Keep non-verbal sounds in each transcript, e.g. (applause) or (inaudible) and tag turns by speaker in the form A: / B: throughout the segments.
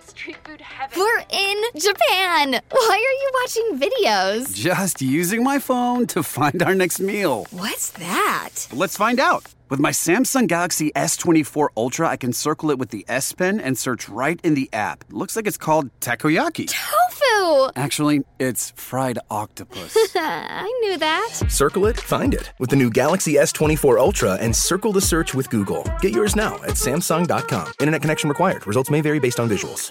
A: street food heaven.
B: We're in Japan. Why are you watching videos?
C: Just using my phone to find our next meal.
B: What's that?
C: Let's find out. With my Samsung Galaxy S24 Ultra, I can circle it with the S Pen and search right in the app. Looks like it's called takoyaki.
B: Tofu.
C: Actually, it's fried octopus.
B: (laughs)
C: (laughs)
B: I knew that.
D: Circle it, find it with the new Galaxy S24 Ultra and circle the search with Google. Get yours now at Samsung.com. Internet connection required. Results may vary based on visuals.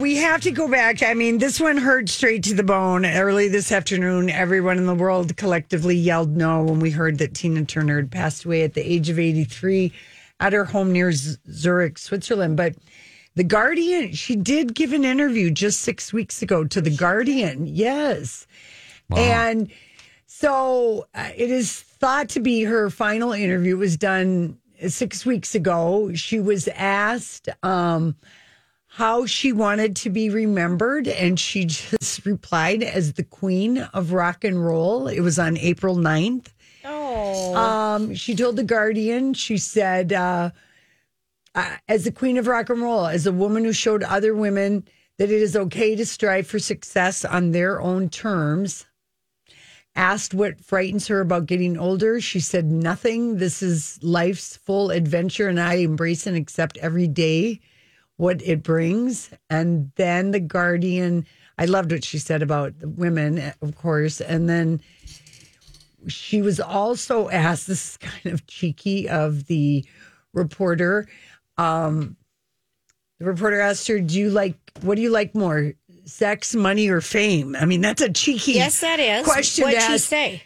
E: We have to go back. I mean, this one hurt straight to the bone. Early this afternoon, everyone in the world collectively yelled no when we heard that Tina Turner had passed away at the age of 83 at her home near Z- Zurich, Switzerland. But The Guardian, she did give an interview just six weeks ago to The Guardian. Yes. And so uh, it is thought to be her final interview. It was done uh, six weeks ago. She was asked um, how she wanted to be remembered, and she (laughs) just replied as the queen of rock and roll. It was on April 9th. Oh. Um, she told The Guardian, she said, uh, uh, as the queen of rock and roll, as a woman who showed other women that it is okay to strive for success on their own terms. Asked what frightens her about getting older, she said, Nothing. This is life's full adventure, and I embrace and accept every day what it brings. And then the Guardian, I loved what she said about the women, of course. And then she was also asked this is kind of cheeky of the reporter um the reporter asked her do you like what do you like more sex money or fame i mean that's a cheeky
F: Yes, that is.
E: question
F: What'd
E: to
F: she
E: ask.
F: say?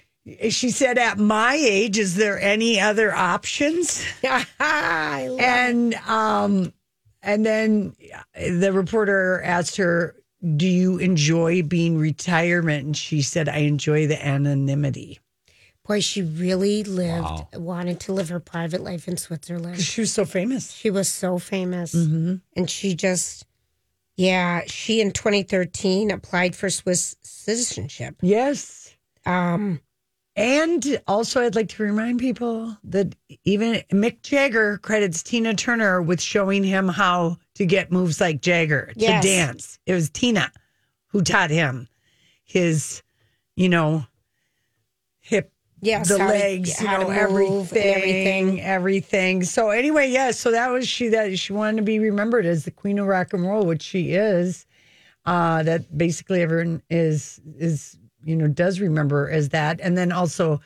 E: she said at my age is there any other options (laughs)
F: I love
E: and um and then the reporter asked her do you enjoy being retirement and she said i enjoy the anonymity
F: Boy, she really lived,
G: Wow.
F: wanted to live her private life in Switzerland.
E: she Mm-hmm. was so famous
F: She was so famous. And she just, yeah, she in 2013 applied for Swiss citizenship.
E: yes
F: Um,
E: And also, I'd like to remind people that even Mick Jagger credits Tina Turner with showing him how to get moves like Jagger
F: Yes.
E: to dance. It was Tina who taught him his, you know, hip,
F: yes,
E: the
F: how to-
E: legs, you
F: how to
E: know,
F: move and
E: everything, everything, everything. So anyway, yes. so that was she. That she wanted to be remembered as the queen of rock and roll, which she is. Uh, that basically everyone is is you know does remember as that, and then also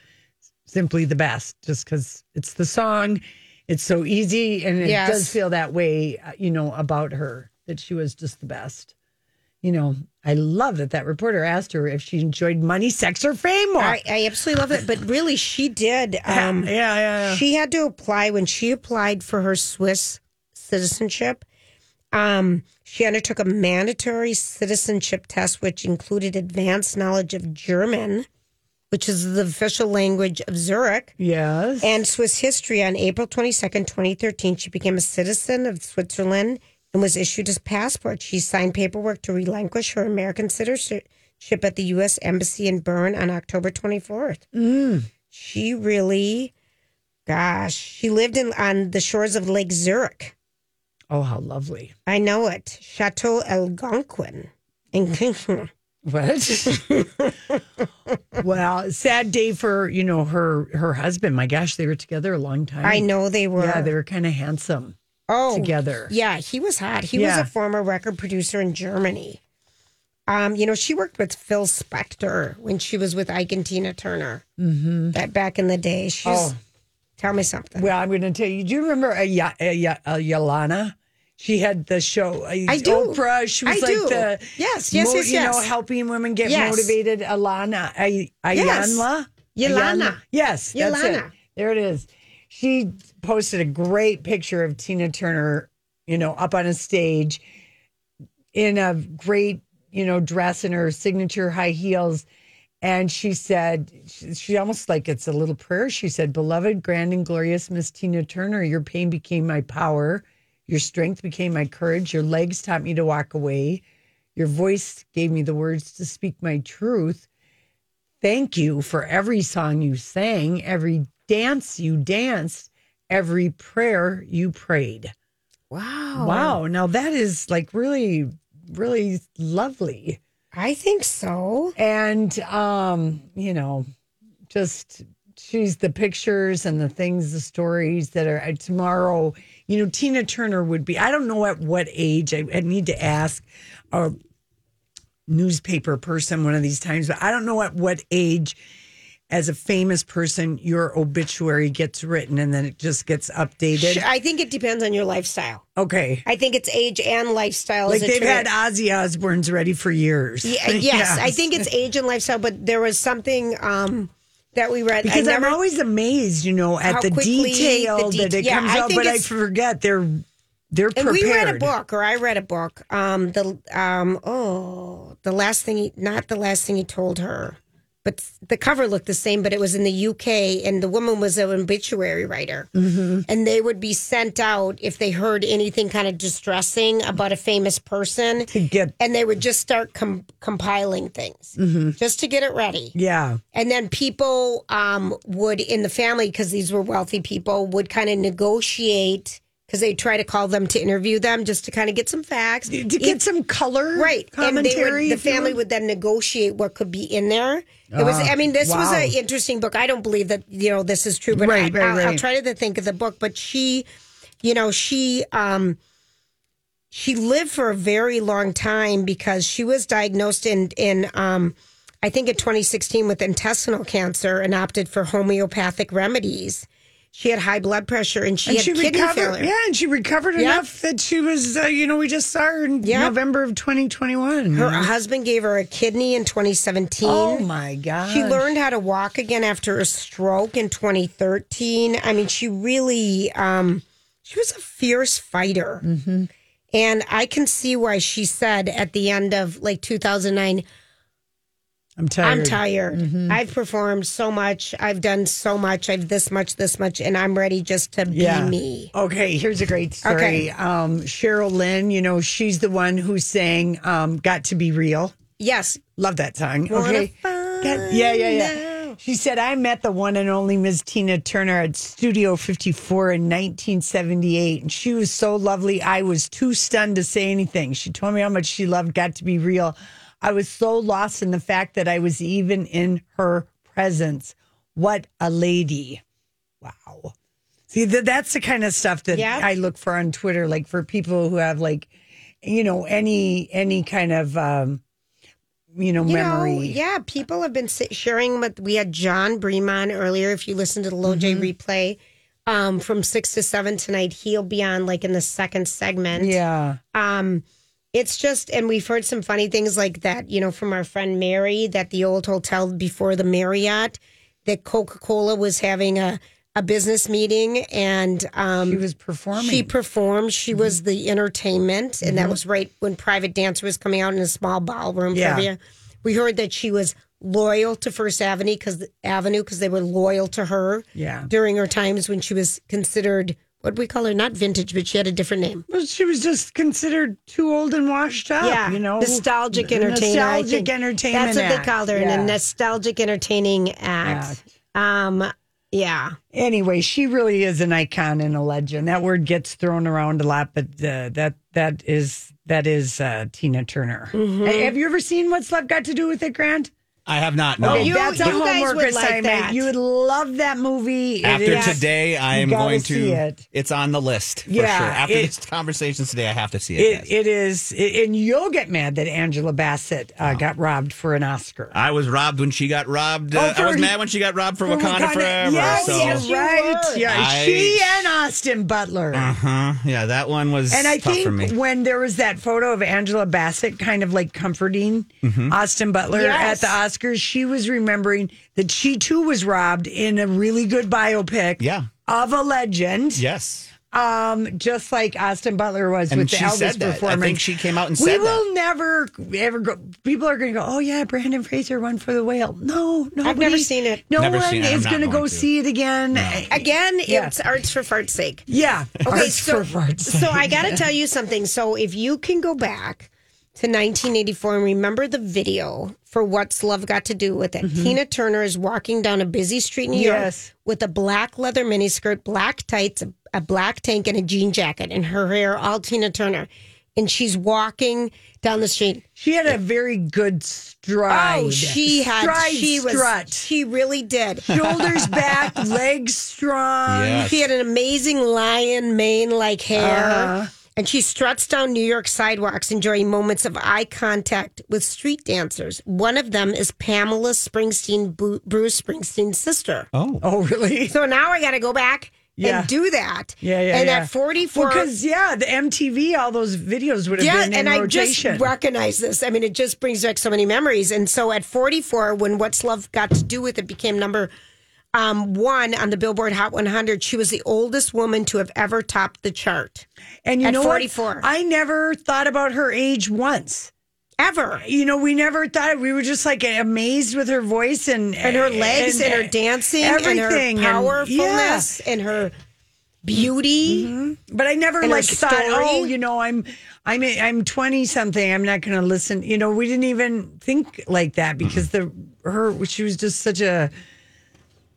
E: simply the best, just because it's the song. It's so easy, and it
F: Yes.
E: does feel that way, uh, you know, about her that she was just the best. You know, I love that that reporter asked her if she enjoyed money, sex, or fame more.
F: I, I absolutely love it. But really, she did. Um,
E: yeah, yeah, yeah.
F: She had to apply when she applied for her Swiss citizenship. Um, she undertook a mandatory citizenship test, which included advanced knowledge of German, which is the official language of Zurich,
E: Yes.
F: and Swiss history. On April 22nd, 2013, she became a citizen of Switzerland and was issued a passport. She signed paperwork to relinquish her American citizenship at the U.S. Embassy in Bern on October 24th she really gosh she lived in on the shores of lake zurich
E: Oh, how lovely.
F: i know it chateau algonquin and
E: What? (laughs) well, sad day for, you know, her her husband. My gosh, they were together a long time.
F: (laughs) i know they were
E: Yeah, they were kind of handsome
F: oh
E: together.
F: yeah he was hot he
E: Yeah.
F: was a former record producer in germany um you know she worked with phil spector when she was with ike and tina turner mm-hmm. that back in the day she's
E: Oh.
F: tell me something
E: Well, I'm going to tell you. Do you remember uh, y- uh, y- uh, Yolana? She had the show. uh,
F: I do.
E: Oprah. She was
F: I
E: like
F: do.
E: the
F: Yes, yes, yes,
E: you know,
F: yes.
E: helping women get
F: Yes.
E: motivated. Alana, I,
F: Yes.
E: Ayanla,
F: Yolana.
E: Ayanla? Yes, that's it.
F: Yolana.
E: There it is. She posted a great picture of Tina Turner, you know, up on a stage in a great, you know, dress and her signature high heels. And she said, she, she almost like it's a little prayer. She said, Beloved, grand and glorious Miss Tina Turner, your pain became my power. Your strength became my courage. Your legs taught me to walk away. Your voice gave me the words to speak my truth. Thank you for every song you sang, every dance you danced, every prayer you prayed.
F: Wow.
E: Wow. Now that is like really, really lovely
F: I think so.
E: and um you know just she's the pictures and the things the stories that are uh, tomorrow you know tina turner would be i don't know at what age i, I need to ask a newspaper person one of these times but i don't know at what age as a famous person your obituary gets written and then it just gets updated
F: Sure, I think it depends on your lifestyle.
E: okay
F: I think it's age and lifestyle.
E: like
F: is a
E: they've
F: trait.
E: had uh, ozzy osbourne's ready for years (laughs)
F: Yeah, yes, I think it's age and lifestyle, but there was something um, that we read.
E: Because
F: I
E: I'm
F: never-
E: always amazed, you know,
F: How
E: at the
F: quickly the
E: detail
F: det-
E: that it
F: yeah,
E: comes
F: I
E: out,
F: think
E: but I
F: it's-
E: forget they're they're
F: and
E: prepared.
F: we read a book, or I read a book. Um, the um, oh, the last thing, he, not the last thing he told her, but the cover looked the same. But it was in the UK, and the woman was an obituary writer, mm-hmm. and they would be sent out if they heard anything kind of distressing about a famous person,
E: to get.
F: and they would just start com- compiling things
E: Mm-hmm.
F: just to get it ready.
E: Yeah,
F: And then people um, would in the family, because these were wealthy people, would kind of negotiate because they try to call them to interview them just to kind of get some facts.
E: to get some color,
F: right. and
E: Commentary.
F: they would, the
E: if you
F: family
E: will.
F: would then negotiate what could be in there. It was. I mean, this was
E: wow.
F: an interesting book. I don't believe that you know this is true, but
E: Right,
F: I,
E: right,
F: I'll, I'll
E: right.
F: try to think of the book. But she, you know, she. Um, she lived for a very long time because she was diagnosed in in um, I think in 2016 with intestinal cancer and opted for homeopathic remedies. She had high blood pressure and she
E: And
F: had
E: she
F: kidney
E: recovered.
F: failure.
E: Yeah, and she recovered enough that she was. Uh, you know, we just saw her in
F: Yep.
E: November of 2021.
F: Her husband gave her a kidney in 2017.
E: oh my god,
F: She learned how to walk again after a stroke in 2013. I mean, she really, um, she was a fierce fighter. And I can see why she said at the end of like 2009,
E: I'm tired.
F: I'm tired. I've performed so much. I've done so much. I've this much, this much, and I'm ready just to
E: Yeah.
F: be me.
E: Okay, here's a great story.
F: Okay.
E: Um, Cheryl Lynn, you know, she's the one who sang um, "Got to Be Real."
F: Yes.
E: Love that song.
F: Wanna
E: okay.
F: find
E: God- yeah, yeah, yeah. She said, I met the one and only Ms. Tina Turner at Studio 54 in 1978, and she was so lovely. I was too stunned to say anything. She told me how much she loved Got to Be Real. I was so lost in the fact that I was even in her presence. What a lady. Wow. See, th- that's the kind of stuff that
F: Yeah.
E: I look for on Twitter, like for people who have like, you know, any any kind of um, you know,
F: You
E: memory.
F: know, yeah, people have been si- sharing with. We had John Bremon earlier. If you listen to the Low
E: Mm-hmm.
F: J replay um, from six to seven tonight, he'll be on like in the second segment.
E: Yeah.
F: Um, it's just, and we've heard some funny things like that, you know, from our friend Mary that the old hotel before the Marriott, that Coca Cola was having a, a business meeting and um,
E: She was performing. Mm-hmm.
F: she performed. She was the entertainment, and that was right when Private Dancer was coming out in a small ballroom.
E: Yeah.
F: trivia. we heard that she was loyal to First Avenue because Avenue because they were loyal to her.
E: Yeah.
F: during her times when she was considered what we call her not vintage, but she had a different name.
E: Well, she was just considered too old and washed up.
F: Yeah,
E: you know,
F: nostalgic
E: N-
F: entertainer. I
E: Nostalgic
F: think.
E: entertainment.
F: That's what
E: act.
F: they called her
E: Yeah.
F: in a nostalgic entertaining act. Um, yeah,
E: anyway, she really is an icon and a legend. That word gets thrown around a lot, but uh, that that is that is uh, Tina Turner.
F: Mm-hmm.
E: Hey, have you ever seen What's Love Got to Do with It, Grant?
A: I have not. No.
E: Okay,
F: you-
E: that's a
F: you guys
E: homework
F: would like
E: assignment.
F: that.
E: You would love that movie. It
A: After
E: is-
A: today, I
E: You
A: am
E: gotta
A: going
E: see
A: to.
E: it.
A: It's on the list for
E: Yeah,
A: sure. After
E: it-
A: these conversations today, I have to see it.
E: It,
A: yes.
E: it is, it, and you'll get mad that Angela Bassett uh, got robbed for an Oscar.
A: I was robbed when she got robbed.
E: Oh,
A: Uh, I
E: for-
A: was mad when she got robbed Uh, for,
E: From
A: Wakanda, Forever.
E: Yes,
A: so.
E: yes,
F: you
E: right.
F: were.
E: Yeah,
A: I-
E: she and Austin Butler.
A: Uh-huh. Yeah, that one was
E: And I
A: tough for me.
E: think when there was that photo of Angela Bassett kind of like comforting
A: Mm-hmm.
E: Austin Butler
F: Yes.
E: at the Oscars, she was remembering that she too was robbed in a really good biopic
A: Yeah.
E: of a legend.
A: Yes.
E: Um, just like Austin Butler was
A: And
E: with the
A: she
E: Elvis
A: said that. I think
E: performance.
A: she came out and
E: we
A: said that.
E: will never ever go. People are going to go. Oh yeah, Brandon Fraser won for the whale. No, no,
F: never seen it.
E: No
A: Never
E: one
A: seen it. I'm
E: is
A: not
E: gonna
A: going
E: go
A: to.
E: see it again.
F: Again,
E: Yeah.
F: it's arts for fart's sake.
A: (laughs)
E: Yeah.
F: Okay,
E: Arts (laughs)
F: so,
E: for farts.
F: so I got to tell you something. So if you can go back to 1984 and remember the video for What's Love Got to Do with It, Tina Turner is walking down a busy street in New
E: Mm-hmm. Yes.
F: York with a black leather miniskirt, black tights, a, a black tank, and a jean jacket, and her hair all Tina Turner. And she's walking down the street.
E: she had a very good stride.
F: Oh, she had.
E: stride
F: she was. (laughs)
E: strut.
F: She really did.
E: Shoulders
F: (laughs)
E: back, legs strong.
A: Yes.
F: She had an amazing lion mane like hair.
E: Uh-huh.
F: And she struts down New York sidewalks, enjoying moments of eye contact with street dancers. One of them is Pamela Springsteen, Bu- Bruce Springsteen's sister.
A: Oh.
E: Oh, really?
F: So now I got to go back
E: Yeah.
F: and do that.
E: (laughs) Yeah, yeah.
F: And
E: yeah.
F: at 44.
E: because yeah, the MTV, all those videos would have
F: yeah,
E: been in
F: and I
E: rotation.
F: just recognize this. I mean, it just brings back so many memories. And so at 44, when What's Love Got to Do with It became number um, one on the Billboard Hot 100, she was the oldest woman to have ever topped the chart.
E: and you
F: at
E: know
F: 44.
E: what? I never thought about her age once.
F: Ever.
E: You know, we never thought we were just like amazed with her voice and e-,
F: and her legs and, her dancing
E: everything,
F: and her powerfulness and, her beauty.
E: Mm-hmm. But I never
F: And her
E: like thought,
F: story.
E: oh, you know, I'm I'm I'm twenty something. I'm not going to listen. You know, we didn't even think like that because the her she was just such a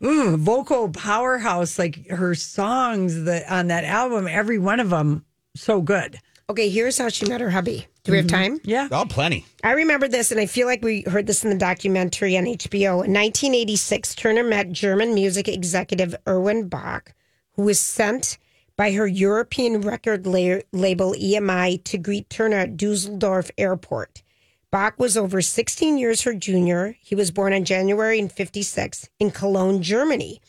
E: mm, vocal powerhouse. Like her songs that on that album, every one of them so good.
F: Okay, here's how she met her hubby. Do we have time?
E: Yeah,
A: Oh, plenty.
F: I remember this, and I feel like we heard this in the documentary on HBO. In 1986, Turner met German music executive Erwin Bach, who was sent by her European record la- label EMI to greet Turner at Dusseldorf Airport. Bach was over 16 years her junior. He was born on January in 56 in Cologne, Germany.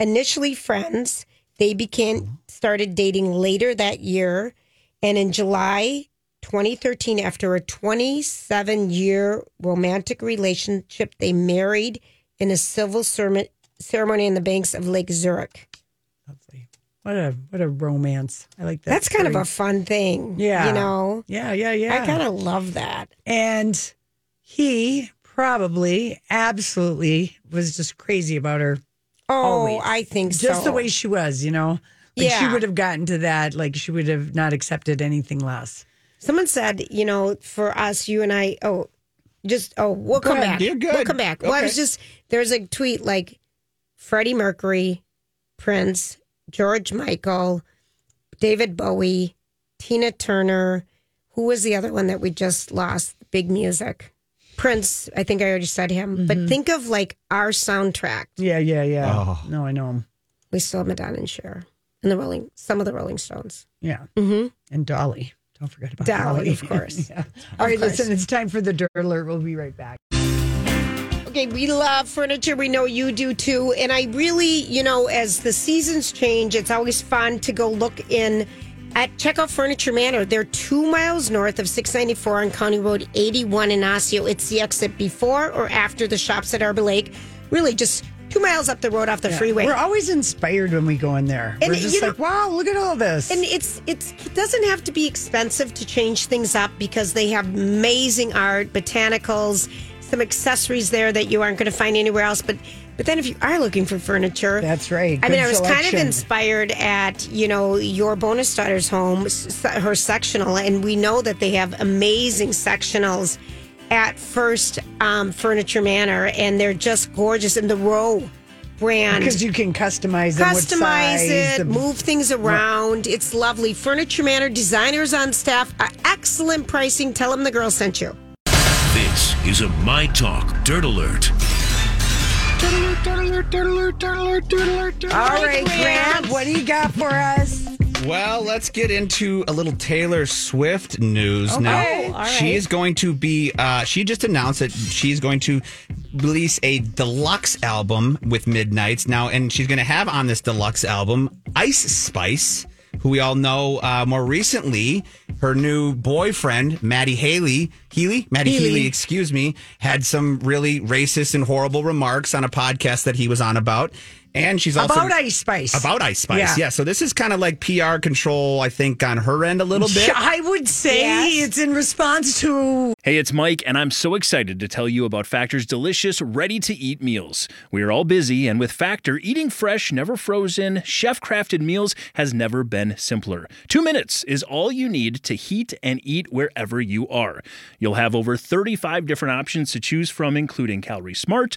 F: Initially friends, they became started dating later that year, and in July 2013, after a 27 year romantic relationship, they married in a civil sermon, ceremony on the banks of Lake Zurich.
E: what a what a romance. I like that.
F: That's kind of
E: story.
F: a fun thing.
E: Yeah.
F: You know,
E: yeah yeah yeah.
F: I kind of love that.
E: and he probably absolutely was just crazy about her.
F: Oh,
E: Always.
F: I think so.
E: just the way she was, you know. Like she
F: Yeah.
E: would have gotten to that, like she would have not accepted anything less.
F: Someone said, you know, for us, you and I, oh, just, oh, we'll come
A: ahead.
F: back.
A: You're good.
F: We'll come back. Well, I was
A: Okay.
F: just, there's a tweet like Freddie Mercury, Prince, George Michael, David Bowie, Tina Turner. Who was the other one that we just lost? Big music. Prince, I think I already said him.
A: Mm-hmm.
F: But think of like our soundtrack.
E: Yeah, yeah, yeah.
A: Oh.
E: No, I know him.
F: We still have Madonna and Cher and the Rolling, some of the Rolling Stones.
E: Yeah.
F: Mm-hmm.
E: And Dolly. Don't forget about
F: Dolly,
E: Dolly.
F: of course.
E: (laughs) yeah. All right,
F: course.
E: listen, it's time for the dirt alert. We'll be right back.
F: Okay, we love furniture. We know you do too. And I really, you know, as the seasons change, it's always fun to go look in at check out Furniture Manor. They're two miles north of 694 on County Road 81 in Osseo. It's the exit before or after the shops at Arbor Lake. Really, just two miles up the road off the freeway.
E: We're always inspired when we go in there.
F: And
E: We're just
F: you know-
E: like, wow, look at all this.
F: And it's it's it doesn't have to be expensive to change things up because they have amazing art, botanicals, some accessories there that you aren't going to find anywhere else. But but then if you are looking for furniture,
E: That's right.
F: I mean,
E: Good
F: I was kind of
E: selection.
F: inspired at you know your bonus daughter's home, s- s- her sectional, and we know that they have amazing sectionals at First um, Furniture Manor, and they're just gorgeous. And the row brand
E: because you can customize, them, what
F: customize
E: size,
F: it,
E: the-
F: move things around. It's lovely. Furniture Manor designers on staff, uh, excellent pricing. Tell them the girl sent you.
G: This is a My Talk Dirt Alert.
E: All right, Grant, what do you got for us?
A: Well, let's get into a little Taylor Swift news
E: Okay,
A: now.
E: all
A: She is going to be, uh, she just announced that she's going to release a deluxe album with Midnights now, and she's going to have on this deluxe album Ice Spice, who we all know uh, more recently. Her new boyfriend, Maddie Haley, Healy, Maddie Healy. excuse me, had some really racist and horrible remarks on a podcast that he was on about. And she's also
E: About Ice Spice.
A: About Ice Spice,
E: Yeah.
A: yeah. So this is kind of like PR control, I think, on her end
E: (laughs)
A: a little bit.
E: I would say
F: Yes.
E: it's in response to
H: Hey, it's Mike, and I'm so excited to tell you about Factor's delicious, ready to eat meals. We are all busy, and with Factor, eating fresh, never frozen, chef crafted meals has never been simpler. Two minutes is all you need to heat and eat wherever you are. You'll have over 35 different options to choose from, including Calorie Smart,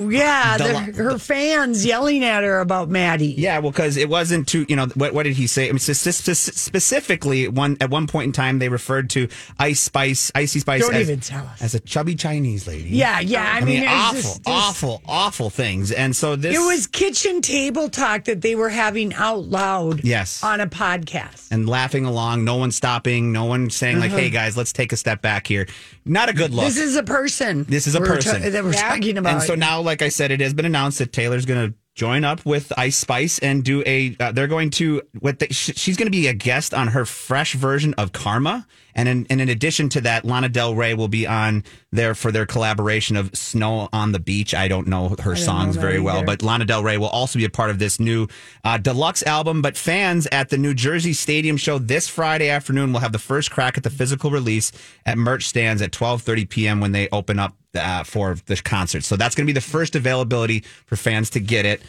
E: yeah,
A: The
E: the-
A: li-
E: her fans yelling at her about Maddie.
A: Yeah, well, because it wasn't too, you know, what, what did he say? I mean, s- s- s- specifically, one at one point in time, they referred to Ice Spice, Icy Spice,
E: Don't
A: as,
E: even tell us.
A: as a chubby Chinese lady.
E: Yeah, yeah. I,
A: I mean,
E: mean, it was
A: awful,
E: just- just-
A: awful, awful things. And so this
E: It was kitchen table talk that they were having out loud.
A: Yes.
E: on a podcast.
A: and laughing along, no one stopping, no one saying like, "Hey guys, let's take a step back here." Not a good look.
E: Uh-huh. This is a person.
A: This is a
E: we're
A: person.
E: that we're talking about.
A: And so now, like I said, it has been announced that Taylor's going to join up with Ice Spice and do a. Uh, they're going to what they, sh- she's going to be a guest on her fresh version of Karma, and in, and in addition to that, Lana Del Rey will be on there for their collaboration of Snow on the Beach. I don't know her songs
E: that
A: very well,
E: either.
A: but Lana Del Rey will also be a part of this new uh, deluxe album. But fans at the New Jersey Stadium show this Friday afternoon will have the first crack at the physical release at merch stands at 12:30 p.m. when they open up uh, for the concert. So that's going to be the first availability for fans to get it.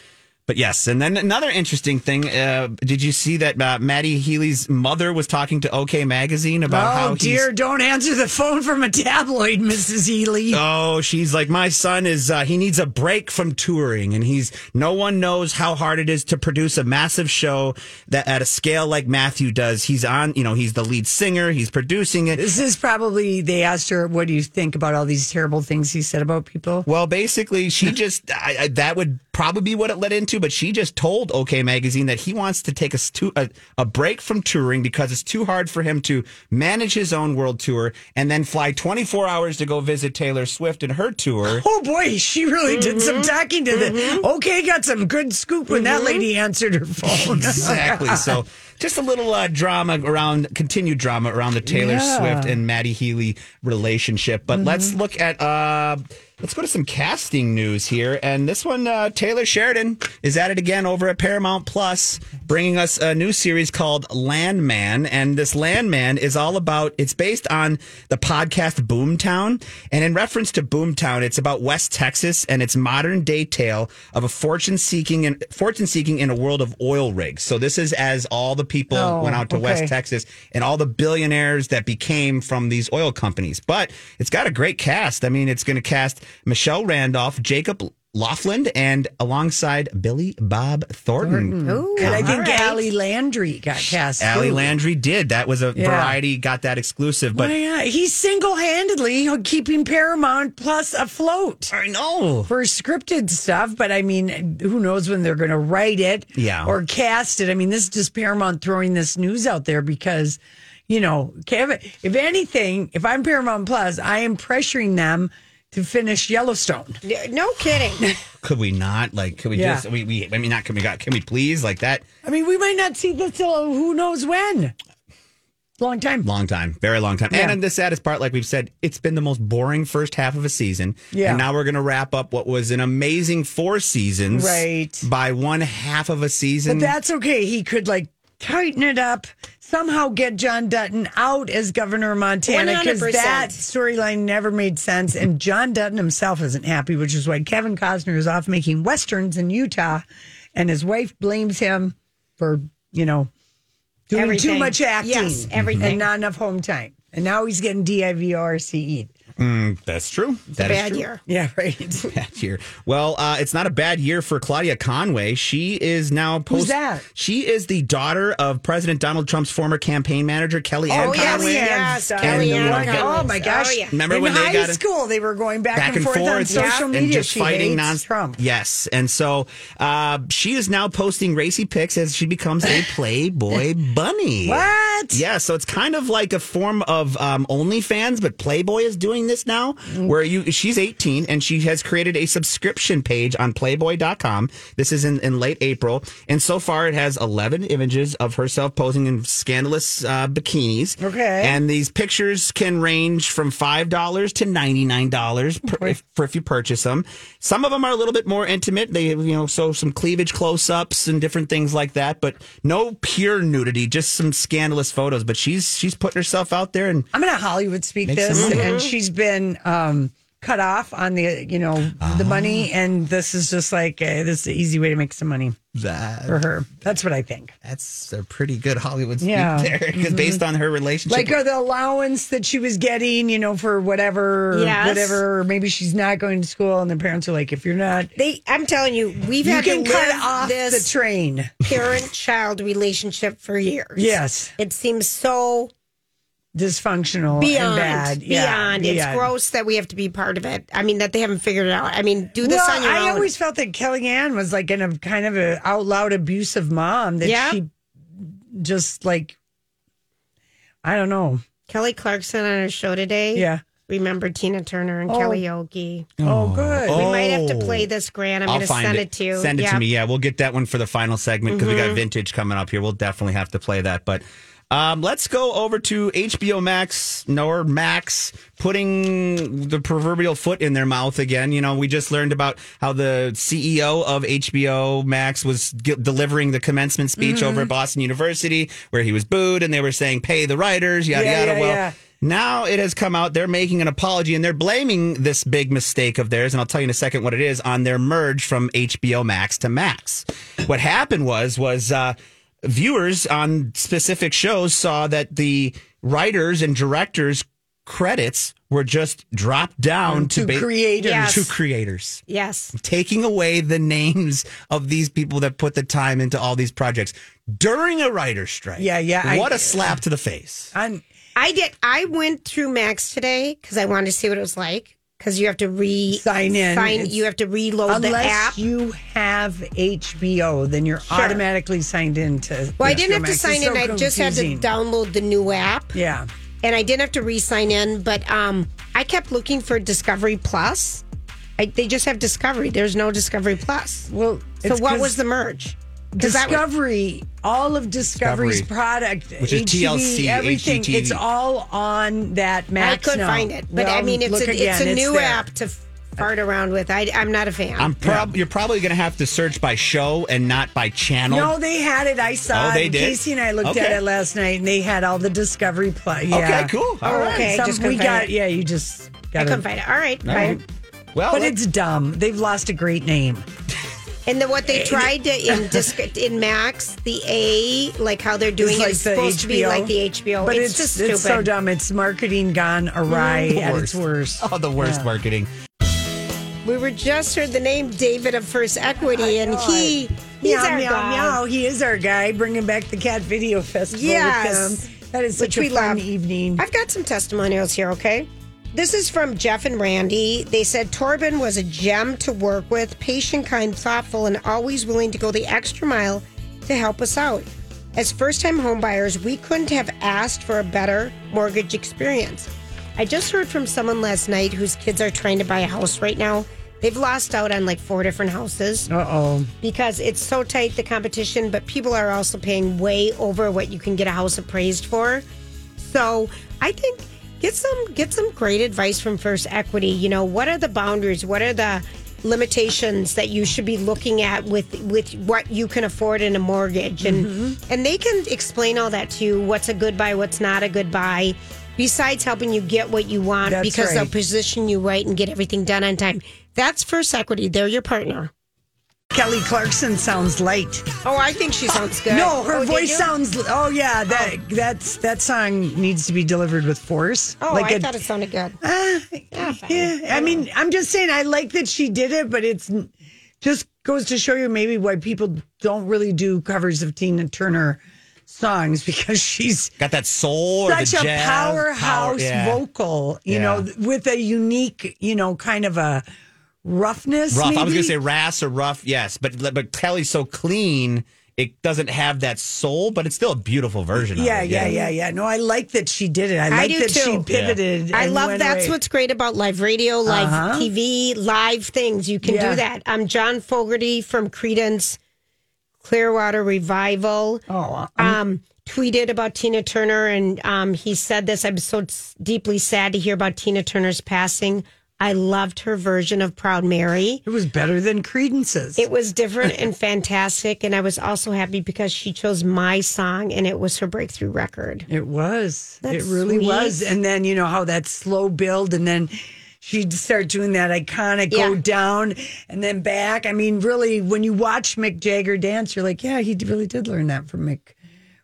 A: But yes, and then another interesting thing. Uh, did you see that uh, Maddie Healy's mother was talking to OK Magazine about how
E: oh
A: he's-
E: dear, don't answer the phone from a tabloid, Mrs. Ely.
A: Oh, she's like, my son is, uh, he needs a break from touring. And he's, no one knows how hard it is to produce a massive show that at a scale like Matthew does. He's on, you know, he's the lead singer, he's producing it.
E: This is probably they asked her, "What do you think about all these terrible things he said about people?"
A: Well, basically, she just, I, I, that would probably be what it led into, but she just told OK Magazine that he wants to take a, stu- a, a break from touring because it's too hard for him to manage his own world tour and then fly 24 hours to go visit Taylor Swift and her
E: (laughs)
A: tour.
E: Oh boy, she really did
A: Mm-hmm.
E: some talking to the. Okay, got some good scoop when that lady answered her phone.
A: Mm-hmm.
E: (laughs)
A: exactly. So just a little uh, drama around continued drama around the Taylor
E: Yeah.
A: Swift and Maddie Healy relationship. But
E: Mm-hmm.
A: let's look at uh, let's go to some casting news here. And this one, uh, Taylor Sheridan is at it again over at Paramount Plus, bringing us a new series called Landman. And this Landman is all about. It's based on the podcast Boomtown, and in reference to Boomtown, it's about West Texas and its modern day tale of a fortune seeking and fortune seeking in a world of oil rigs. So this is as all the people
E: Oh,
A: went out to West
E: okay.
A: Texas and all the billionaires that became from these oil companies. But it's got a great cast. I mean, it's going to cast Michelle Randolph, Jacob Laughlin, and alongside Billy Bob Thornton.
E: Hmm. And I
A: Come
E: think
A: on.
E: Allie Landry got cast.
A: Allie
E: too.
A: Landry did. That was a
E: Yeah.
A: variety got that exclusive,
E: Why
A: but
E: not? he's single-handedly keeping Paramount Plus afloat
A: I know.
E: for scripted stuff. But I mean, who knows when they're going to write it?
A: Yeah.
E: or cast it. I mean, this is just Paramount throwing this news out there because, you know, Kevin. If anything, if I'm Paramount Plus, I am pressuring them to finish Yellowstone.
F: No kidding.
A: could we not? Like, could we
E: Yeah.
A: just? We, we I mean, not can we got? Can we please? Like that?
E: (laughs) I mean, we might not see this till who knows when. Long time.
A: Long time, very long time.
E: Yeah.
A: And the saddest part, like we've said, it's been the most boring first half of a season.
E: Yeah.
A: And now we're going to wrap up what was an amazing four seasons,
E: Right.
A: By one half of a season.
E: But that's okay. He could like tighten it up, somehow get John Dutton out as governor of Montana because
F: 100%.
E: that storyline never made sense. And John Dutton himself isn't happy, which is why Kevin Costner is off making westerns in Utah, and his wife blames him for you know doing
F: Everything.
E: too much acting,
F: Yes, everything.
E: and not enough home time. And now he's getting DIVRCE.
A: That's true. That is
F: Bad
A: true.
F: year. (laughs)
E: Yeah, right.
A: (laughs) Bad year. Well, uh, it's not a bad year for Claudia Conway. She is now post.
E: that?
A: She is the daughter of President Donald Trump's former campaign manager, Kelly Ann
E: Oh,
A: Conway.
E: yes,
F: yes,
E: And
F: Kellyanne
A: Warren
F: Conway.
E: Oh my gosh!
F: yeah.
A: Remember
E: in
A: when they
E: high
A: got in-
E: school? They were going back, and, forth, on social media,
A: and just
E: she
A: fighting
E: hates
A: non
E: Trump.
A: Yes, and so uh, she is now posting racy pics as she
E: (laughs)
A: becomes a Playboy bunny.
E: What?
A: Yeah, so it's kind of like a form of um, OnlyFans, but Playboy is doing this now,
E: Mm.
A: where you she's 18 and she has created a subscription page on Playboy.com. This is in, in late April, and so far it has 11 images of herself posing in scandalous uh, bikinis.
E: Okay.
A: and these pictures can range from five dollars to ninety nine dollars if, for if you purchase them. Some of them are a little bit more intimate. They you know so some cleavage close ups and different things like that, but no pure nudity, just some scandalous photos. But she's she's putting herself out there and
E: I'm going to Hollywood speak
A: Make
E: this,
A: some money.
E: and she's been um, cut off on the you know the money,
A: Ah.
E: and this is just like uh, this is an easy way to make some money
A: that
E: for her. That's what I think.
A: that's a pretty good Hollywood speak
E: Yeah.
A: (laughs) there because
F: Mm-hmm.
A: based on her relationship.
E: Like uh, the allowance that she was getting, you know, for whatever,
F: Yes.
E: whatever. Maybe she's not going to school, and the parents are like, if you're not,
F: They, I'm telling you, we've
E: you
F: had to
E: can cut
F: live
E: off
F: this
E: the train.
F: parent-child relationship for years.
E: Yes,
F: It seems so
E: dysfunctional and
F: beyond,
E: bad. Yeah,
F: beyond. It's gross that we have to be part of it. I mean, that they haven't figured it out. I mean, do this
E: well,
F: on your
E: I
F: own.
E: always felt that Kellyanne was like in a kind of a out loud abusive mom that
F: Yeah.
E: she just like I don't know.
F: Kelly Clarkson on her show today.
E: Yeah.
F: Remember Tina Turner and
E: Oh.
F: Kelly Oakey.
E: Oh, good.
A: Oh.
F: We might have to play this, Grant. I'm
A: I'll
F: going to
A: find
F: send
A: it.
F: it. to you. Mm-hmm.
A: Send it
F: yeah.
A: to me. Yeah, we'll get that one for the final segment because we got vintage coming up here. We'll definitely have to play that. But um, let's go over to HBO Max, nor Max, putting the proverbial foot in their mouth again. You know, we just learned about how the CEO of HBO Max was g- delivering the commencement speech over
F: Mm-hmm.
A: at Boston University, where he was booed, and they were saying, "Pay the writers," yada
E: Yeah,
A: yada.
E: yeah,
A: well.
E: yeah.
A: Now it has come out. They're making an apology and they're blaming this big mistake of theirs. And I'll tell you in a second what it is on their merge from HBO Max to Max. What happened was, was, uh, viewers on specific shows saw that the writers and directors credits were just dropped down to,
E: Mm, To
A: ba-
E: creators.
F: Yes.
A: to creators
F: Yes.
A: taking away the names of these people that put the time into all these projects during a writer's strike
E: Yeah, yeah, I-
A: what a slap to the face
E: I'm-
F: I did. I went through Max today because I wanted to see what it was like. Because you have to re
E: Sign in.
F: Sign,
E: It's-
F: you have to reload Oh, the app.
E: unless you have HBO, then you're
F: Sure.
E: automatically signed into
F: well, I
E: HBO
F: didn't have to
E: Max.
F: sign
E: It's
F: in.
E: so
F: I just had to
E: confusing.
F: download the new app,
E: Yeah.
F: and I didn't have to re-sign in. But um, I kept looking for Discovery Plus. I, they just have Discovery. There's no Discovery Plus.
E: Well,
F: So
E: it's
F: what
E: 'cause
F: was the merge? Because that was
E: Discovery, all of Discovery's
A: Discovery.
E: product,
A: Which is
E: HGTV,
A: TLC,
E: everything,
A: HGTV.
E: it's all on that
F: I
E: Max.
F: couldn't
E: now.
F: find it. But I
E: Well,
F: mean, it's
E: look
F: a, it's
E: again,
F: a new
E: there.
F: app to fart around with. I, I'm not a fan.
A: I'm prob- you're probably going to have to search by show and not by channel.
E: No, they had it. I saw
A: Oh, they
E: it.
A: did?
E: Casey and I looked
A: Okay.
E: at it last night, and they had all the Discovery Plus. Yeah.
A: Okay, cool. All
E: All right.
A: right.
F: Okay,
E: Some,
F: just
E: we
F: couldn't
E: got.
F: find it.
E: Yeah, you just
F: I
E: got
F: couldn't
E: to.
F: find it. All right,
A: All
F: fine.
A: right. Well,
E: But
A: let-
E: it's dumb. They've lost a great name.
F: And then what they tried to in disc, in Max the A like how they're doing
E: It's
F: it
E: like
F: is
E: the
F: supposed to be
E: HBO.
F: like the HBO.
E: But
F: it's,
E: it's
F: just stupid.
E: It's so dumb. It's marketing gone awry
A: the
E: at
A: worst.
E: its worst.
A: Oh, the worst marketing.
F: We were just heard the name David of First Equity, and he he's
E: meow,
F: our
E: meow,
F: guy.
E: meow. He is our guy bringing back the Cat Video Festival
F: Yes.
E: with them. That is
F: Which
E: such a
F: we
E: fun
F: love.
E: evening.
F: I've got some testimonials here, okay? This is from Jeff and Randy. They said Torben was a gem to work with, patient, kind, thoughtful, and always willing to go the extra mile to help us out. As first time homebuyers, we couldn't have asked for a better mortgage experience. I just heard from someone last night whose kids are trying to buy a house right now. They've lost out on like four different houses
E: Uh oh.
F: because it's so tight the competition, but people are also paying way over what you can get a house appraised for. So I think get some get some great advice from First Equity. You know, what are the boundaries? What are the limitations that you should be looking at with with what you can afford in a mortgage and
E: Mm-hmm.
F: and they can explain all that to you what's a good buy what's not a good buy besides helping you get what you want
E: That's
F: because they'll
E: right.
F: position you right and get everything done on time that's first equity they're your partner
E: Kelly Clarkson sounds light.
F: oh i think she sounds good
E: No, her
F: Oh, did
E: voice
F: you?
E: sounds. Oh yeah, that that's that song needs to be delivered with force.
F: oh
E: like
F: i
E: it-
F: thought it sounded good
E: yeah, I mean, I'm just saying, I like that she did it, but it's n- just goes to show you maybe why people don't really do covers of Tina Turner songs (laughs) because she's
A: Got that soul or
E: such
A: the
E: a
A: jazz,
E: powerhouse
A: power- yeah.
E: vocal, you know,
A: Yeah.
E: with a unique, you know, kind of a roughness.
A: Rough. I was
E: maybe?
A: gonna say ras or rough. Yes, but but Kelly's so clean, it doesn't have that soul, but it's still a beautiful version.
E: Yeah,
A: of it.
E: yeah, yeah, yeah. No, I like that she did it. I like
F: do
E: that she
F: too.
E: pivoted.
F: I
E: and
F: love
E: went
F: that's
E: away.
F: what's great about live radio, live TV, live things. You can
E: Yeah.
F: do that. I'm John Fogerty from Credence Clearwater Revival.
E: Oh,
F: Um, tweeted about Tina Turner, and um, he said this. I'm so s- deeply sad to hear about Tina Turner's passing. I loved her version of Proud Mary.
E: it was better than Credence's.
F: It was different
E: (laughs)
F: and fantastic, and I was also happy because she chose my song, and it was her breakthrough record.
E: It was.
F: That's
E: it really
F: sweet.
E: was. And then you know how that slow build, and then she'd start doing that iconic go
F: Yeah.
E: down and then back. I mean, really, when you watch Mick Jagger dance, you're like, yeah, he d- really did learn that from Mick,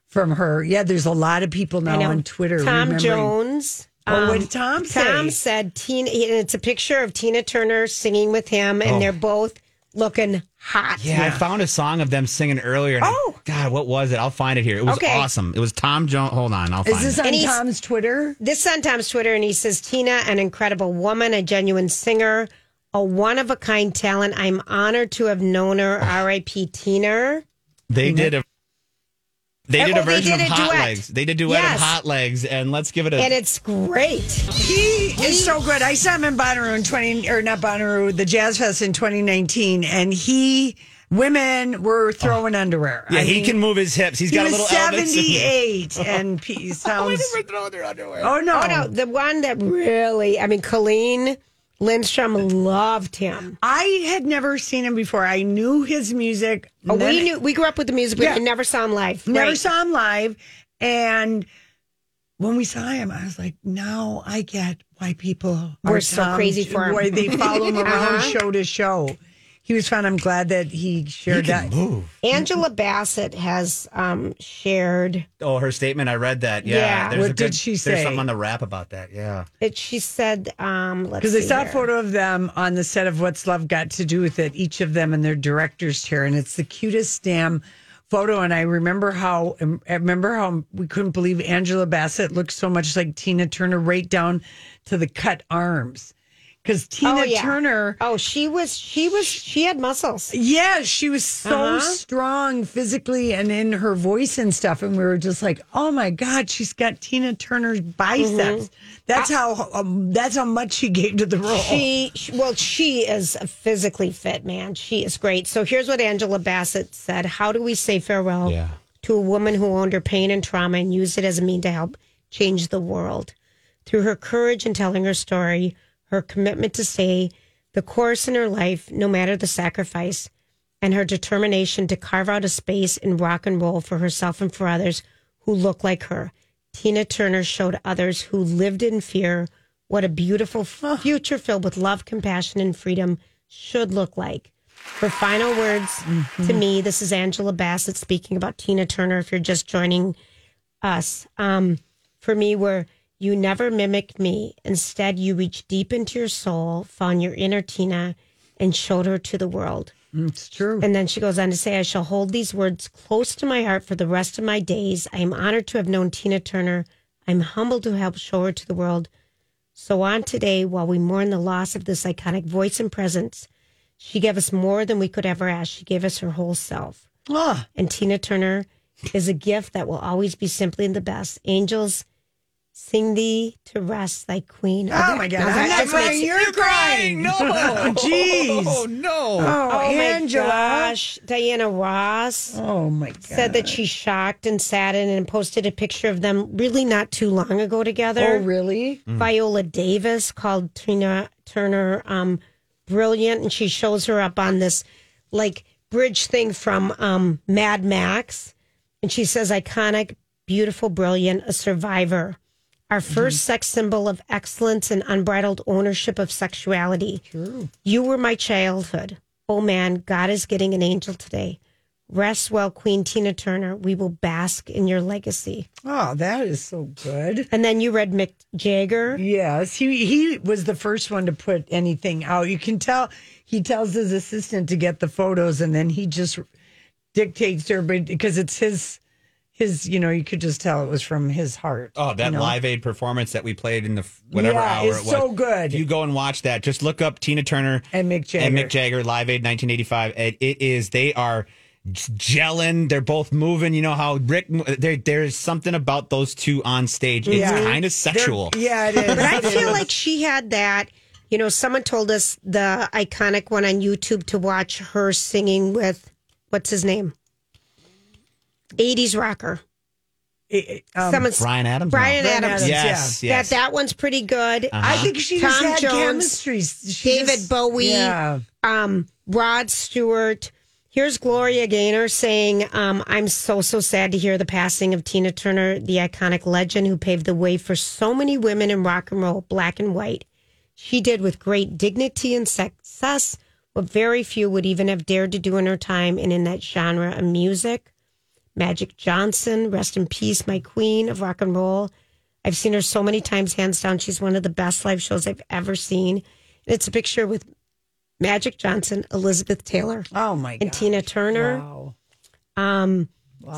E: from her. Yeah, there's a lot of people now on Twitter.
F: Tom
E: remembering-
F: Jones.
E: Oh, what
F: um,
E: did Tom say?
F: Tom said Tina, and it's a picture of Tina Turner singing with him,
E: Oh.
F: and they're both looking hot.
A: Yeah, I found a song of them singing earlier. and I-
F: Oh.
A: God, what was it? I'll find it here. It was
F: Okay.
A: awesome. It was Tom Jones. Hold on, I'll
E: Is
A: find
E: this
A: it.
E: on
F: And he's-
E: Tom's Twitter?
F: This is on Tom's Twitter, and he says Tina, an incredible woman, a genuine singer, a one of a kind talent. I'm honored to have known her.
E: Oh.
F: R.I.P. Tina.
A: They
E: Mm-hmm.
A: did a. They
F: Oh,
A: did a
F: they
A: version
F: did
A: of
F: a
A: Hot
F: duet.
A: Legs. They did a duet
F: Yes.
A: of Hot Legs, and let's
E: Uh.
A: give it a.
F: And it's great.
E: He is so good. I saw him in Bonnaroo in twenty or not Bonnaroo, the Jazz Fest in 2019, and he women were throwing underwear.
A: Oh. yeah,
E: I
A: he
E: mean,
A: can move his hips. He's
E: He
A: got a
E: was
A: little Elvis in there.
F: (laughs)
E: 78 and
A: (laughs) Oh,
E: he sounds.
A: Throw their underwear.
E: Oh no.
F: Oh no, the one that really, I mean, Colleen Lindstrom loved him.
E: I had never seen him before. I knew his music.
F: Oh,
E: Then-
F: we knew we grew up with the music, but
E: Yeah.
F: I never saw him live.
E: never
F: Right.
E: saw him live. And when we saw him, I was like, now I get why people
F: We're
E: are
F: so
E: Tom-
F: crazy for him.
E: Why they follow him around
F: (laughs) Uh-huh.
E: show to show. He was fun. I'm glad that he shared that.
F: Angela Bassett has um, shared
A: Oh, her statement. I read that. Yeah.
F: Yeah.
A: There's
E: What
A: a
E: did
A: good-
E: she
A: There's
E: say?
A: something on the rap about that. Yeah.
F: it. She said, um, let's
E: Because I
F: see
E: saw a
F: here.
E: photo of them on the set of What's Love Got to Do with It, each of them in their director's chair, and it's the cutest damn photo. And I remember how um, I remember how we couldn't believe Angela Bassett looked so much like Tina Turner, right down to the cut arms. Because Tina
F: Oh, yeah.
E: Turner,
F: Oh, she was, she was, she had muscles.
E: yeah, she was so
F: Uh-huh.
E: strong physically and in her voice and stuff. And we were just like, oh my god, she's got Tina Turner's biceps. That's how um, that's how much she gave to the role.
F: Mm-hmm. She, she- well, she is a physically fit man. She is great. So here's what Angela Bassett said: How do we say farewell
A: Yeah.
F: to a woman who owned her pain and trauma and used it as a mean to help change the world through her courage in telling her story, her commitment to stay the course in her life, no matter the sacrifice, and her determination to carve out a space in rock and roll for herself and for others who look like her. Tina Turner showed others who lived in fear what a beautiful future filled with love, compassion, and freedom should look like. Her final words to me this is Angela Bassett speaking about Tina Turner. If you're just joining us, um, for me, were you never mimicked me. Instead, you reached deep into your soul, found your inner Tina, and showed her to the world.
E: it's true.
F: And then she goes on to say, I shall hold these words close to my heart for the rest of my days. I am honored to have known Tina Turner. I'm humbled to help show her to the world. So on today, while we mourn the loss of this iconic voice and presence, she gave us more than we could ever ask. She gave us her whole self.
E: Ah.
F: And Tina Turner is a gift that will always be simply the best. Angels sing thee to rest, thy queen.
E: Oh my God!
F: Now
E: I'm
F: that
E: not
F: just makes-
E: crying. You're crying. No, (laughs) jeez. Oh no. Oh,
F: Oh
E: Angela.
F: my gosh, Diana Ross.
E: Oh my God.
F: said that she's shocked and saddened and posted a picture of them really not too long ago together.
E: Oh really?
F: Viola Davis called Tina Turner um, brilliant, and she shows her up on this like bridge thing from um, Mad Max, and she says, "Iconic, beautiful, brilliant, a survivor." Our 1st sex symbol of excellence and unbridled ownership of sexuality. You were my childhood. Oh man, God is getting an angel today. Rest well, Queen Tina Turner. We will bask in your legacy.
E: Oh, that is so good.
F: And then you read Mick Jagger.
E: Yes, he he was the first one to put anything out. You can tell he tells his assistant to get the photos, and then he just dictates to everybody because it's his his. You know, you could just tell it was from his heart.
A: Oh, that
E: you know?
A: Live Aid performance that we played in the f- whatever
E: Yeah,
A: hour
E: it's
A: it was.
E: so good.
A: If you go and watch that, just look up Tina Turner
E: And Mick Jagger.
A: and Mick Jagger Live Aid 1985. And it is they are j- gelling. They're both moving. You know how Rick. mo- There, there's something about those two on stage. It's
E: Yeah.
A: kind of sexual.
E: Yeah, it is.
F: But I
E: (laughs)
F: feel like she had that. You know, someone told us the iconic one on YouTube to watch her singing with what's his name? 80s rocker.
E: It- um,
F: Someone's
A: Brian Adams. No.
F: Brian
E: Bryan
F: Adams.
E: Adams,
A: Yes, yes.
F: That that one's pretty good.
E: I think she just
F: Tom
E: had
F: Jones,
E: chemistry. She
F: David
E: just-
F: Bowie.
E: Yeah.
F: um, Rod Stewart. Here's Gloria Gaynor saying, um, I'm so, so sad to hear the passing of Tina Turner, the iconic legend who paved the way for so many women in rock and roll, black and white. She did with great dignity and success what very few would even have dared to do in her time and in that genre of music. Magic Johnson, rest in peace, my queen of rock and roll. I've seen her so many times, hands down. She's one of the best live shows I've ever seen. It's a picture with Magic Johnson, Elizabeth Taylor,
E: Oh my
F: and
E: god.
F: Tina Turner.
E: Wow.
F: Um,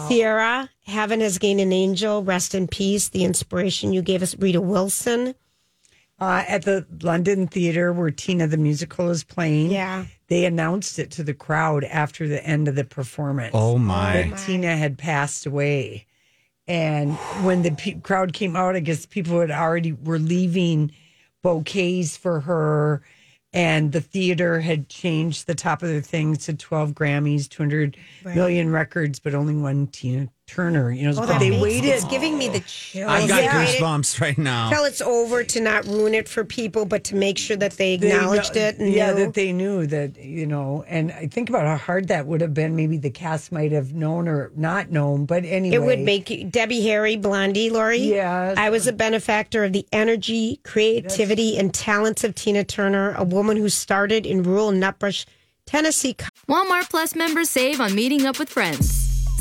F: Sierra, Heaven Has Gained an Angel, Rest in Peace, the inspiration you gave us, Rita Wilson.
E: Uh, at the London Theater where Tina the musical is playing.
F: Yeah.
E: They announced it to the crowd after the end of the performance.
A: Oh my.
E: that Tina had passed away. And when the pe- crowd came out, I guess people had already were leaving bouquets for her. And the theater had changed the top of their things to 12 Grammys, two hundred million records, but only one Tina Turner. You
A: Oh,
E: know, but they waited.
F: It's giving me the chills.
A: I've got
F: Yeah.
A: goosebumps right now.
F: Tell it's over to not ruin it for people, but to make sure that they
E: They kno-
F: acknowledged it. And
E: yeah,
F: knew.
E: that they knew that, you know, and I think about how hard that would have been. Maybe the cast might have known or not known, but anyway.
F: It would make you, Debbie Harry, Blondie, Lori.
E: Yes.
F: I was a benefactor of the energy, creativity, and talents of Tina Turner, a woman who started in rural Nutbush, Tennessee.
B: Walmart Plus members save on meeting up with friends.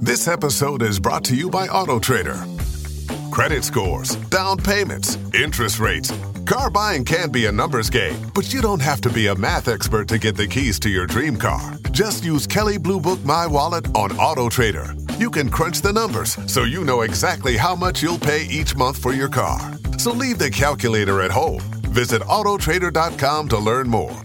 I: This episode is brought to you by Auto Trader. Credit scores, down payments, interest rates. Car buying can be a numbers game, but you don't have to be a math expert to get the keys to your dream car. Just use Kelly Blue Book My Wallet on Auto Trader. You can crunch the numbers so you know exactly how much you'll pay each month for your car. So leave the calculator at home. Visit autotrader.com to learn more.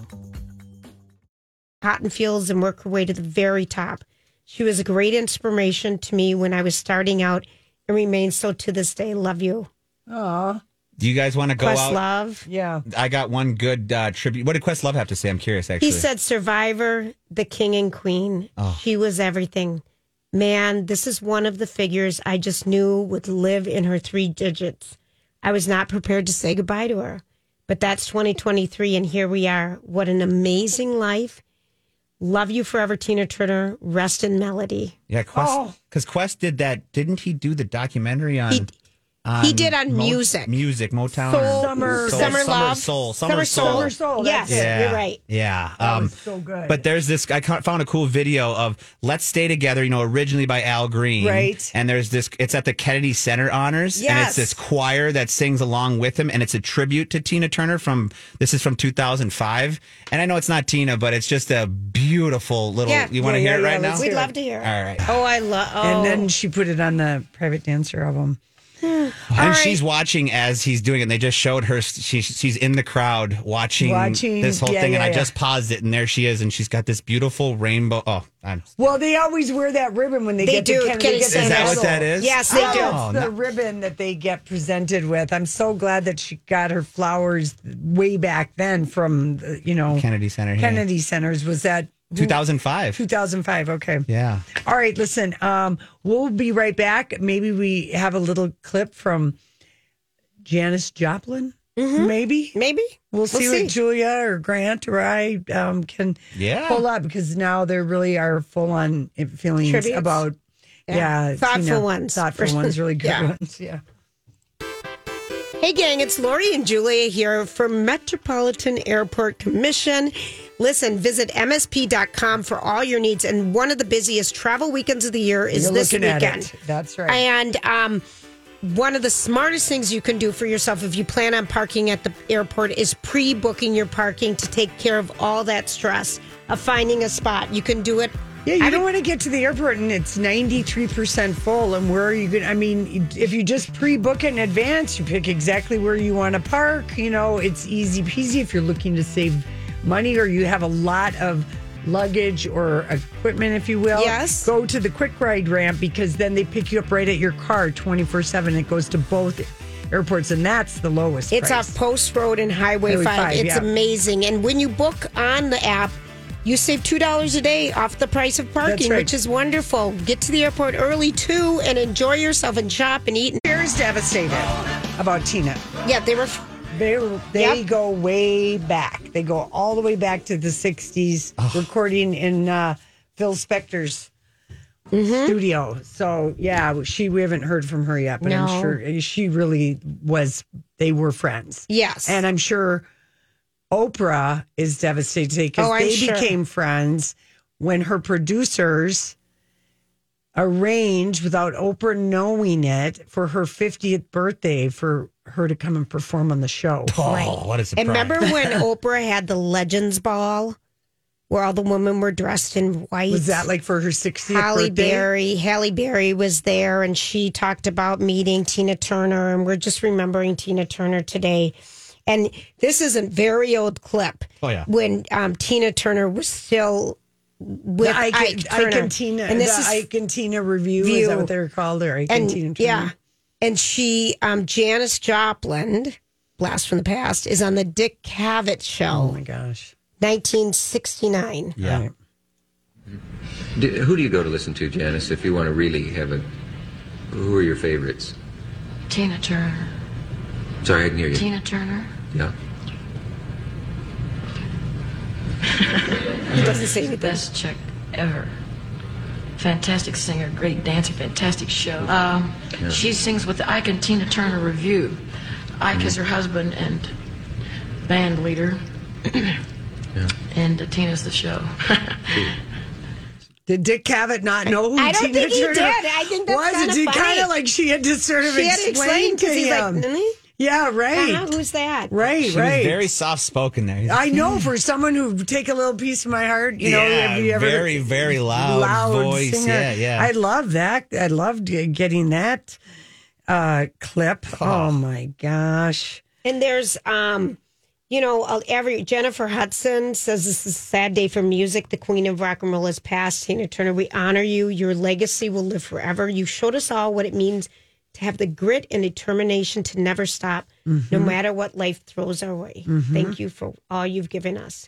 F: cotton fields and work her way to the very top. She was a great inspiration to me when I was starting out and remains so to this day. Love you.
E: Aw,
A: Do you guys want to go
F: Quest
A: out?
F: love.
E: yeah.
A: I got one good uh, tribute. What did Questlove have to say? I'm curious. Actually, Oh.
F: He said, Survivor, the king and queen. She was everything. Man, this is one of the figures I just knew would live in her three digits. I was not prepared to say goodbye to her, but that's 2023, and here we are. What an amazing life. Love you forever, Tina Turner. Rest in melody.
A: "Yeah,
E: Oh.
A: Quest, because Quest did that. Didn't he do the documentary on?
F: He-
A: on
F: he did on
A: Mo-
F: music.
A: music, Motown,
F: Soul-
A: or-
E: Summer-
A: soul,
F: Summer Love.
A: soul, summer,
F: Summer
A: soul.
F: Soul.
E: Summer Soul,
F: Yes,
E: that's it.
A: Yeah,
F: you're right.
A: Yeah,
E: That
A: um,
E: was so good.
A: But there's this. I ca- found a cool video of "Let's Stay Together." You know, originally by Al Green,
E: Right.
A: And there's this. It's at the Kennedy Center Honors, and
E: Yes.
A: it's this choir that sings along with him, and it's a tribute to Tina Turner from. This is from 2005, and I know it's not Tina, but it's just a beautiful little.
F: Yeah.
A: You want to
E: Yeah,
A: hear
E: yeah,
A: it
E: yeah,
A: right now?
E: let's
F: Oh, We'd love to hear.
A: All right.
F: Oh, I love. Oh.
E: And then she put it on the private dancer album.
A: and she's watching as he's doing it. And they just showed her; she's she's in the crowd watching,
E: Watching,
A: this whole
E: yeah,
A: thing.
E: yeah,
A: and I
E: yeah.
A: just paused it, and there she is, and she's got this beautiful rainbow. Oh, I'm
E: Well, they always wear that ribbon when they,
F: They
E: get
F: do,
E: the Kennedy,
F: Kennedy
E: get the
F: Center. Is that what
E: medal.
A: that is?
F: Yes, they do.
E: That's the ribbon that they get presented with. I'm so glad that she got her flowers way back then from the, you know
A: Kennedy Center. yeah.
E: Kennedy Centers. Was that
A: 2005.
E: 2005? Okay.
A: Yeah.
E: All right, listen. Um, we'll be right back. Maybe we have a little clip from Janice Joplin.
F: Mm-hmm.
E: Maybe
F: Maybe
E: We'll, see, what Julia or Grant or I um, can
A: Yeah.
E: pull up because now there really are full on feelings
F: Tributes.
E: about yeah,
F: Yeah. Thoughtful
E: Tina.
F: ones. (laughs)
E: thoughtful ones, really good
F: Yeah.
E: ones. Yeah.
F: Hey, gang, it's Lori and Julia here from Metropolitan Airport Commission. Listen, visit MSP.com for all your needs. And one of the busiest travel weekends of the year is
E: You're
F: this
E: looking
F: weekend.
E: at it. That's right.
F: And um, one of the smartest things you can do for yourself if you plan on parking at the airport is pre booking your parking to take care of all that stress of finding a spot. You can do it.
E: yeah, you
F: I
E: don't want to get to the airport and it's ninety three percent full. And where are you going? to I mean, if you just pre book in advance, you pick exactly where you want to park. You know, it's easy peasy if you're looking to save money or you have a lot of luggage or equipment, if you will.
F: Yes.
E: Go to the quick ride ramp because then they pick you up right at your car twenty four seven. It goes to both airports, and that's the lowest.
F: It's
E: price.
F: off Post Road and Highway,
E: Highway
F: 5.
E: five,
F: It's
E: yeah.
F: amazing. And when you book on the app, you save $2 a day off the price of parking,
E: right.
F: which is wonderful. Get to the airport early too and enjoy yourself and shop and eat.
E: Fear is devastated about Tina.
F: Yeah, they were.
E: They they
F: Yep.
E: go way back. They go all the way back to the '60s, recording in uh, Phil Spector's
F: Mm-hmm.
E: studio. So yeah, she we haven't heard from her yet, but I'm
F: No.
E: sure she really was. They were friends,
F: Yes.
E: and I'm sure Oprah is devastated because
F: Oh, I'm
E: they
F: sure.
E: became friends when her producers arranged without Oprah knowing it for her 50th birthday for her to come and perform on the show.
A: Oh, what a surprise!
F: And remember
E: (laughs)
F: when Oprah had the Legends Ball where all the women were dressed in white?
E: Was that like for her 60th
F: Halle
E: birthday?
F: Berry, Halle Berry was there, and she talked about meeting Tina Turner, and we're just remembering Tina Turner today. And this is a very old clip.
A: Oh, yeah.
F: when um, Tina Turner was still with
E: Ike,
F: Ike, Turner,
E: Ike and Tina,
F: and this
E: the
F: is
E: Ike and Tina review, is
F: View.
E: that what they're called? Or Ike and,
F: and
E: Tina Turner? Oh
F: yeah, and she um, Janice Joplin, blast from the past, is on the Dick Cavett
E: Oh
F: show,
E: my gosh.
F: 1969.
A: Yeah.
E: Right.
J: Do, who do you go to listen to, Janice, if you want to really have a. Who are your favorites?
B: Tina Turner.
J: Sorry, I didn't hear you.
B: Tina Turner.
J: Yeah.
F: He doesn't say anything.
B: Best chick ever. Fantastic singer, great dancer, fantastic show. Um, She sings with the Ike and Tina Turner Review. Ike is her husband and band leader. And uh, Tina's the show.
E: Did Dick Cavett not know who
F: I don't
E: Tina
F: think he
E: Turner
F: did. I think that's
E: was?
F: kinda
E: It
F: funny.
E: kind of like she had to sort of
F: She had to
E: explain
F: explain because he's
E: him.
F: like, really?
E: yeah, right.
F: Uh-huh, who's that?
E: Right,
A: She
E: right.
A: was very soft spoken there. He's-
E: I
A: (laughs)
E: know for someone who take a little piece of my heart, you know,
A: Yeah,
E: have you ever
A: very, very loud voice. Yeah, yeah.
E: I love that. I loved getting that uh, clip. Oh. my gosh.
F: And there's, um, you know, uh, every Jennifer Hudson says this is a sad day for music. The queen of rock and roll has passed. Tina Turner, we honor you. Your legacy will live forever. You showed us all what it means to have the grit and determination to never stop, no matter what life throws our way. Thank you for all you've given us.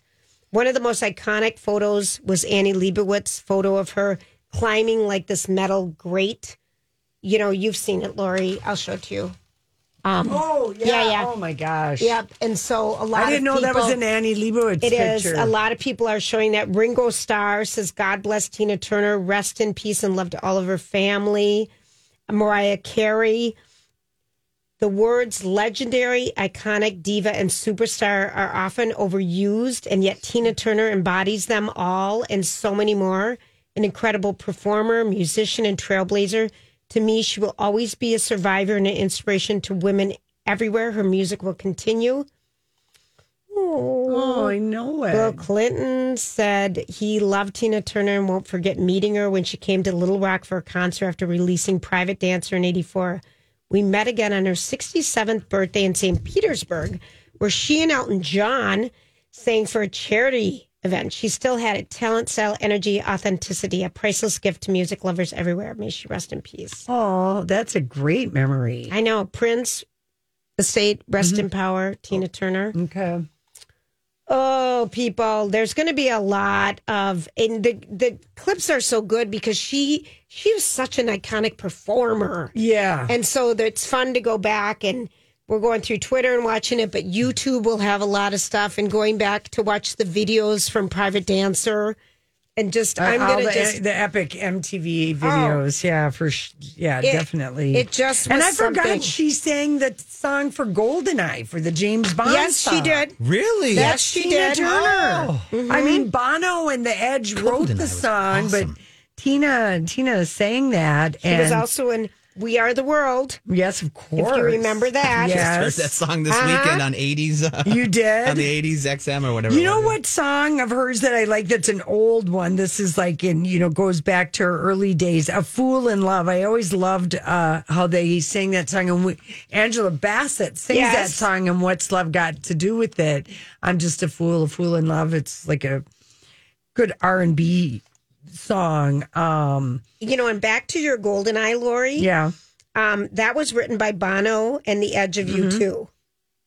F: One of the most iconic photos was Annie Leibovitz's photo of her climbing like this metal grate. You know, you've seen it, Lori. I'll show it to you. Um,
E: Oh yeah.
F: Yeah, yeah.
E: Oh my gosh.
F: Yep. And so a lot.
E: I didn't
F: of
E: know that was
F: people-
E: an Annie Leibovitz
F: It is.
E: picture.
F: A lot of people are showing that. Ringo Starr says, "God bless Tina Turner. Rest in peace and love to all of her family." Mariah Carey. The words legendary, iconic, diva, and superstar are often overused, and yet Tina Turner embodies them all and so many more. An incredible performer, musician, and trailblazer. To me, she will always be a survivor and an inspiration to women everywhere. Her music will continue.
E: Oh, I know it.
F: Bill Clinton said he loved Tina Turner and won't forget meeting her when she came to Little Rock for a concert after releasing Private Dancer in 84. We met again on her 67th birthday in St. Petersburg, where she and Elton John sang for a charity event. She still had it talent, style, energy, authenticity, a priceless gift to music lovers everywhere. May she rest in peace.
E: Oh, that's a great memory.
F: I know. Prince, the state, rest in power, Tina Turner.
E: Okay.
F: Oh, people, there's going to be a lot of, and the the clips are so good because she she was such an iconic performer,
E: Yeah.
F: and so that it's fun to go back and we're going through Twitter and watching it, but YouTube will have a lot of stuff and going back to watch the videos from Private Dancer, and just I'm
E: Uh, all
F: going
E: the, e, eh,
F: to just Oh.
E: the epic MTV videos. yeah, for sh- yeah,
F: It-
E: definitely.
F: it just
E: and
F: was
E: I forgot
F: something.
E: she sang the song for Goldeneye for the James Bond.
F: yes, she
E: song.
F: did.
A: Really?
F: Yes,
E: That's
F: she
E: Tina
F: did. Oh. Mm-hmm.
E: Turner. I mean, Bono and the Edge wrote
A: Goldeneye
E: the
A: was
E: song,
A: awesome.
E: but Tina Tina sang that.
F: She
E: and
F: was also in We Are the World.
E: yes, of course.
F: remember that.
A: I heard
E: yes,
A: that song this weekend on 80s. uh,
E: you did.
A: on the 80s XM or whatever.
E: You
A: it
E: know
A: was.
E: what song of hers that I like that's an old one? This is like in, you know, goes back to her early days. A Fool in Love. I always loved uh, how they sang that song. And we, Angela Bassett sings
F: Yes.
E: that song. And what's love got to do with it? I'm just a fool, a fool in love. It's like a good R and B song. Um,
F: You know, and back to your Golden Eye, Lori.
E: yeah,
F: Um, that was written by Bono and The Edge of
E: Mm-hmm.
F: You Too.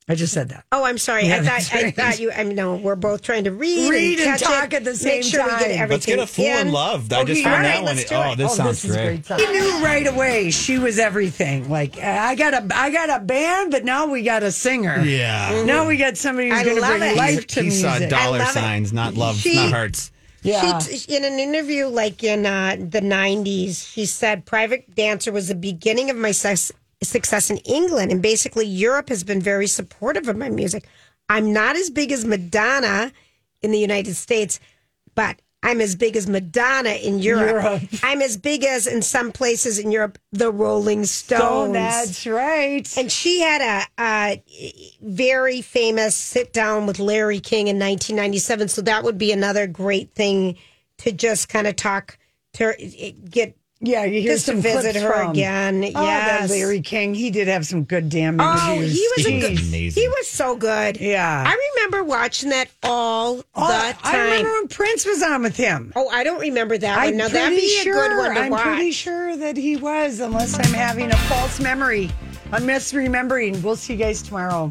E: I just said that.
F: Oh, I'm sorry.
E: Yeah,
F: I
E: that's
F: thought I
E: right.
F: thought you. I mean, no, we're both trying to read,
E: Read and
F: catch it,
E: talk at the same
F: make sure We
E: time.
F: get
E: Let's
F: everything
A: Let's get a fool in love. I just
E: Okay,
A: found
E: all
A: that
E: right,
A: one.
F: let's do
A: Oh,
F: it.
A: this
E: Oh,
A: sounds
E: this is
A: great.
E: song. He knew right away she was everything. Like I got a I got a band, but now we got a singer.
A: Yeah.
E: Now we got somebody who's
F: I
E: going to
F: love
E: bring
F: it.
E: life to
A: he saw
E: music.
F: I
A: dollar
F: love it.
A: signs, not love,
F: She-
A: not hearts.
E: Yeah.
F: She, in an interview, like in uh, the '90s, she said, "Private Dancer was the beginning of my sus- success in England, and basically Europe has been very supportive of my music. I'm not as big as Madonna in the United States, but." I'm as big as Madonna in Europe.
E: Europe.
F: I'm as big as in some places in Europe the Rolling
E: So
F: Stones.
E: Oh, that's right.
F: And she had a, a very famous sit down with Larry King in 1997. So that would be another great thing to just kind of talk to get.
E: yeah, you hear
F: Just to
E: some clips
F: visit her
E: from-
F: again.
E: Oh, that
F: Yes.
E: Larry King. He did have some good damn
F: Oh,
E: interviews.
F: he was a good.
E: Jeez.
A: amazing.
F: He was so good.
E: Yeah.
F: I remember watching that all
E: Oh,
F: the
E: I
F: time.
E: remember when Prince was on with him.
F: oh, I don't remember that
E: I'm
F: one. Now that'd
E: pretty
F: be a good one to
E: I'm
F: watch.
E: pretty sure that he was, unless I'm having a false memory. I'm misremembering. We'll see you guys tomorrow.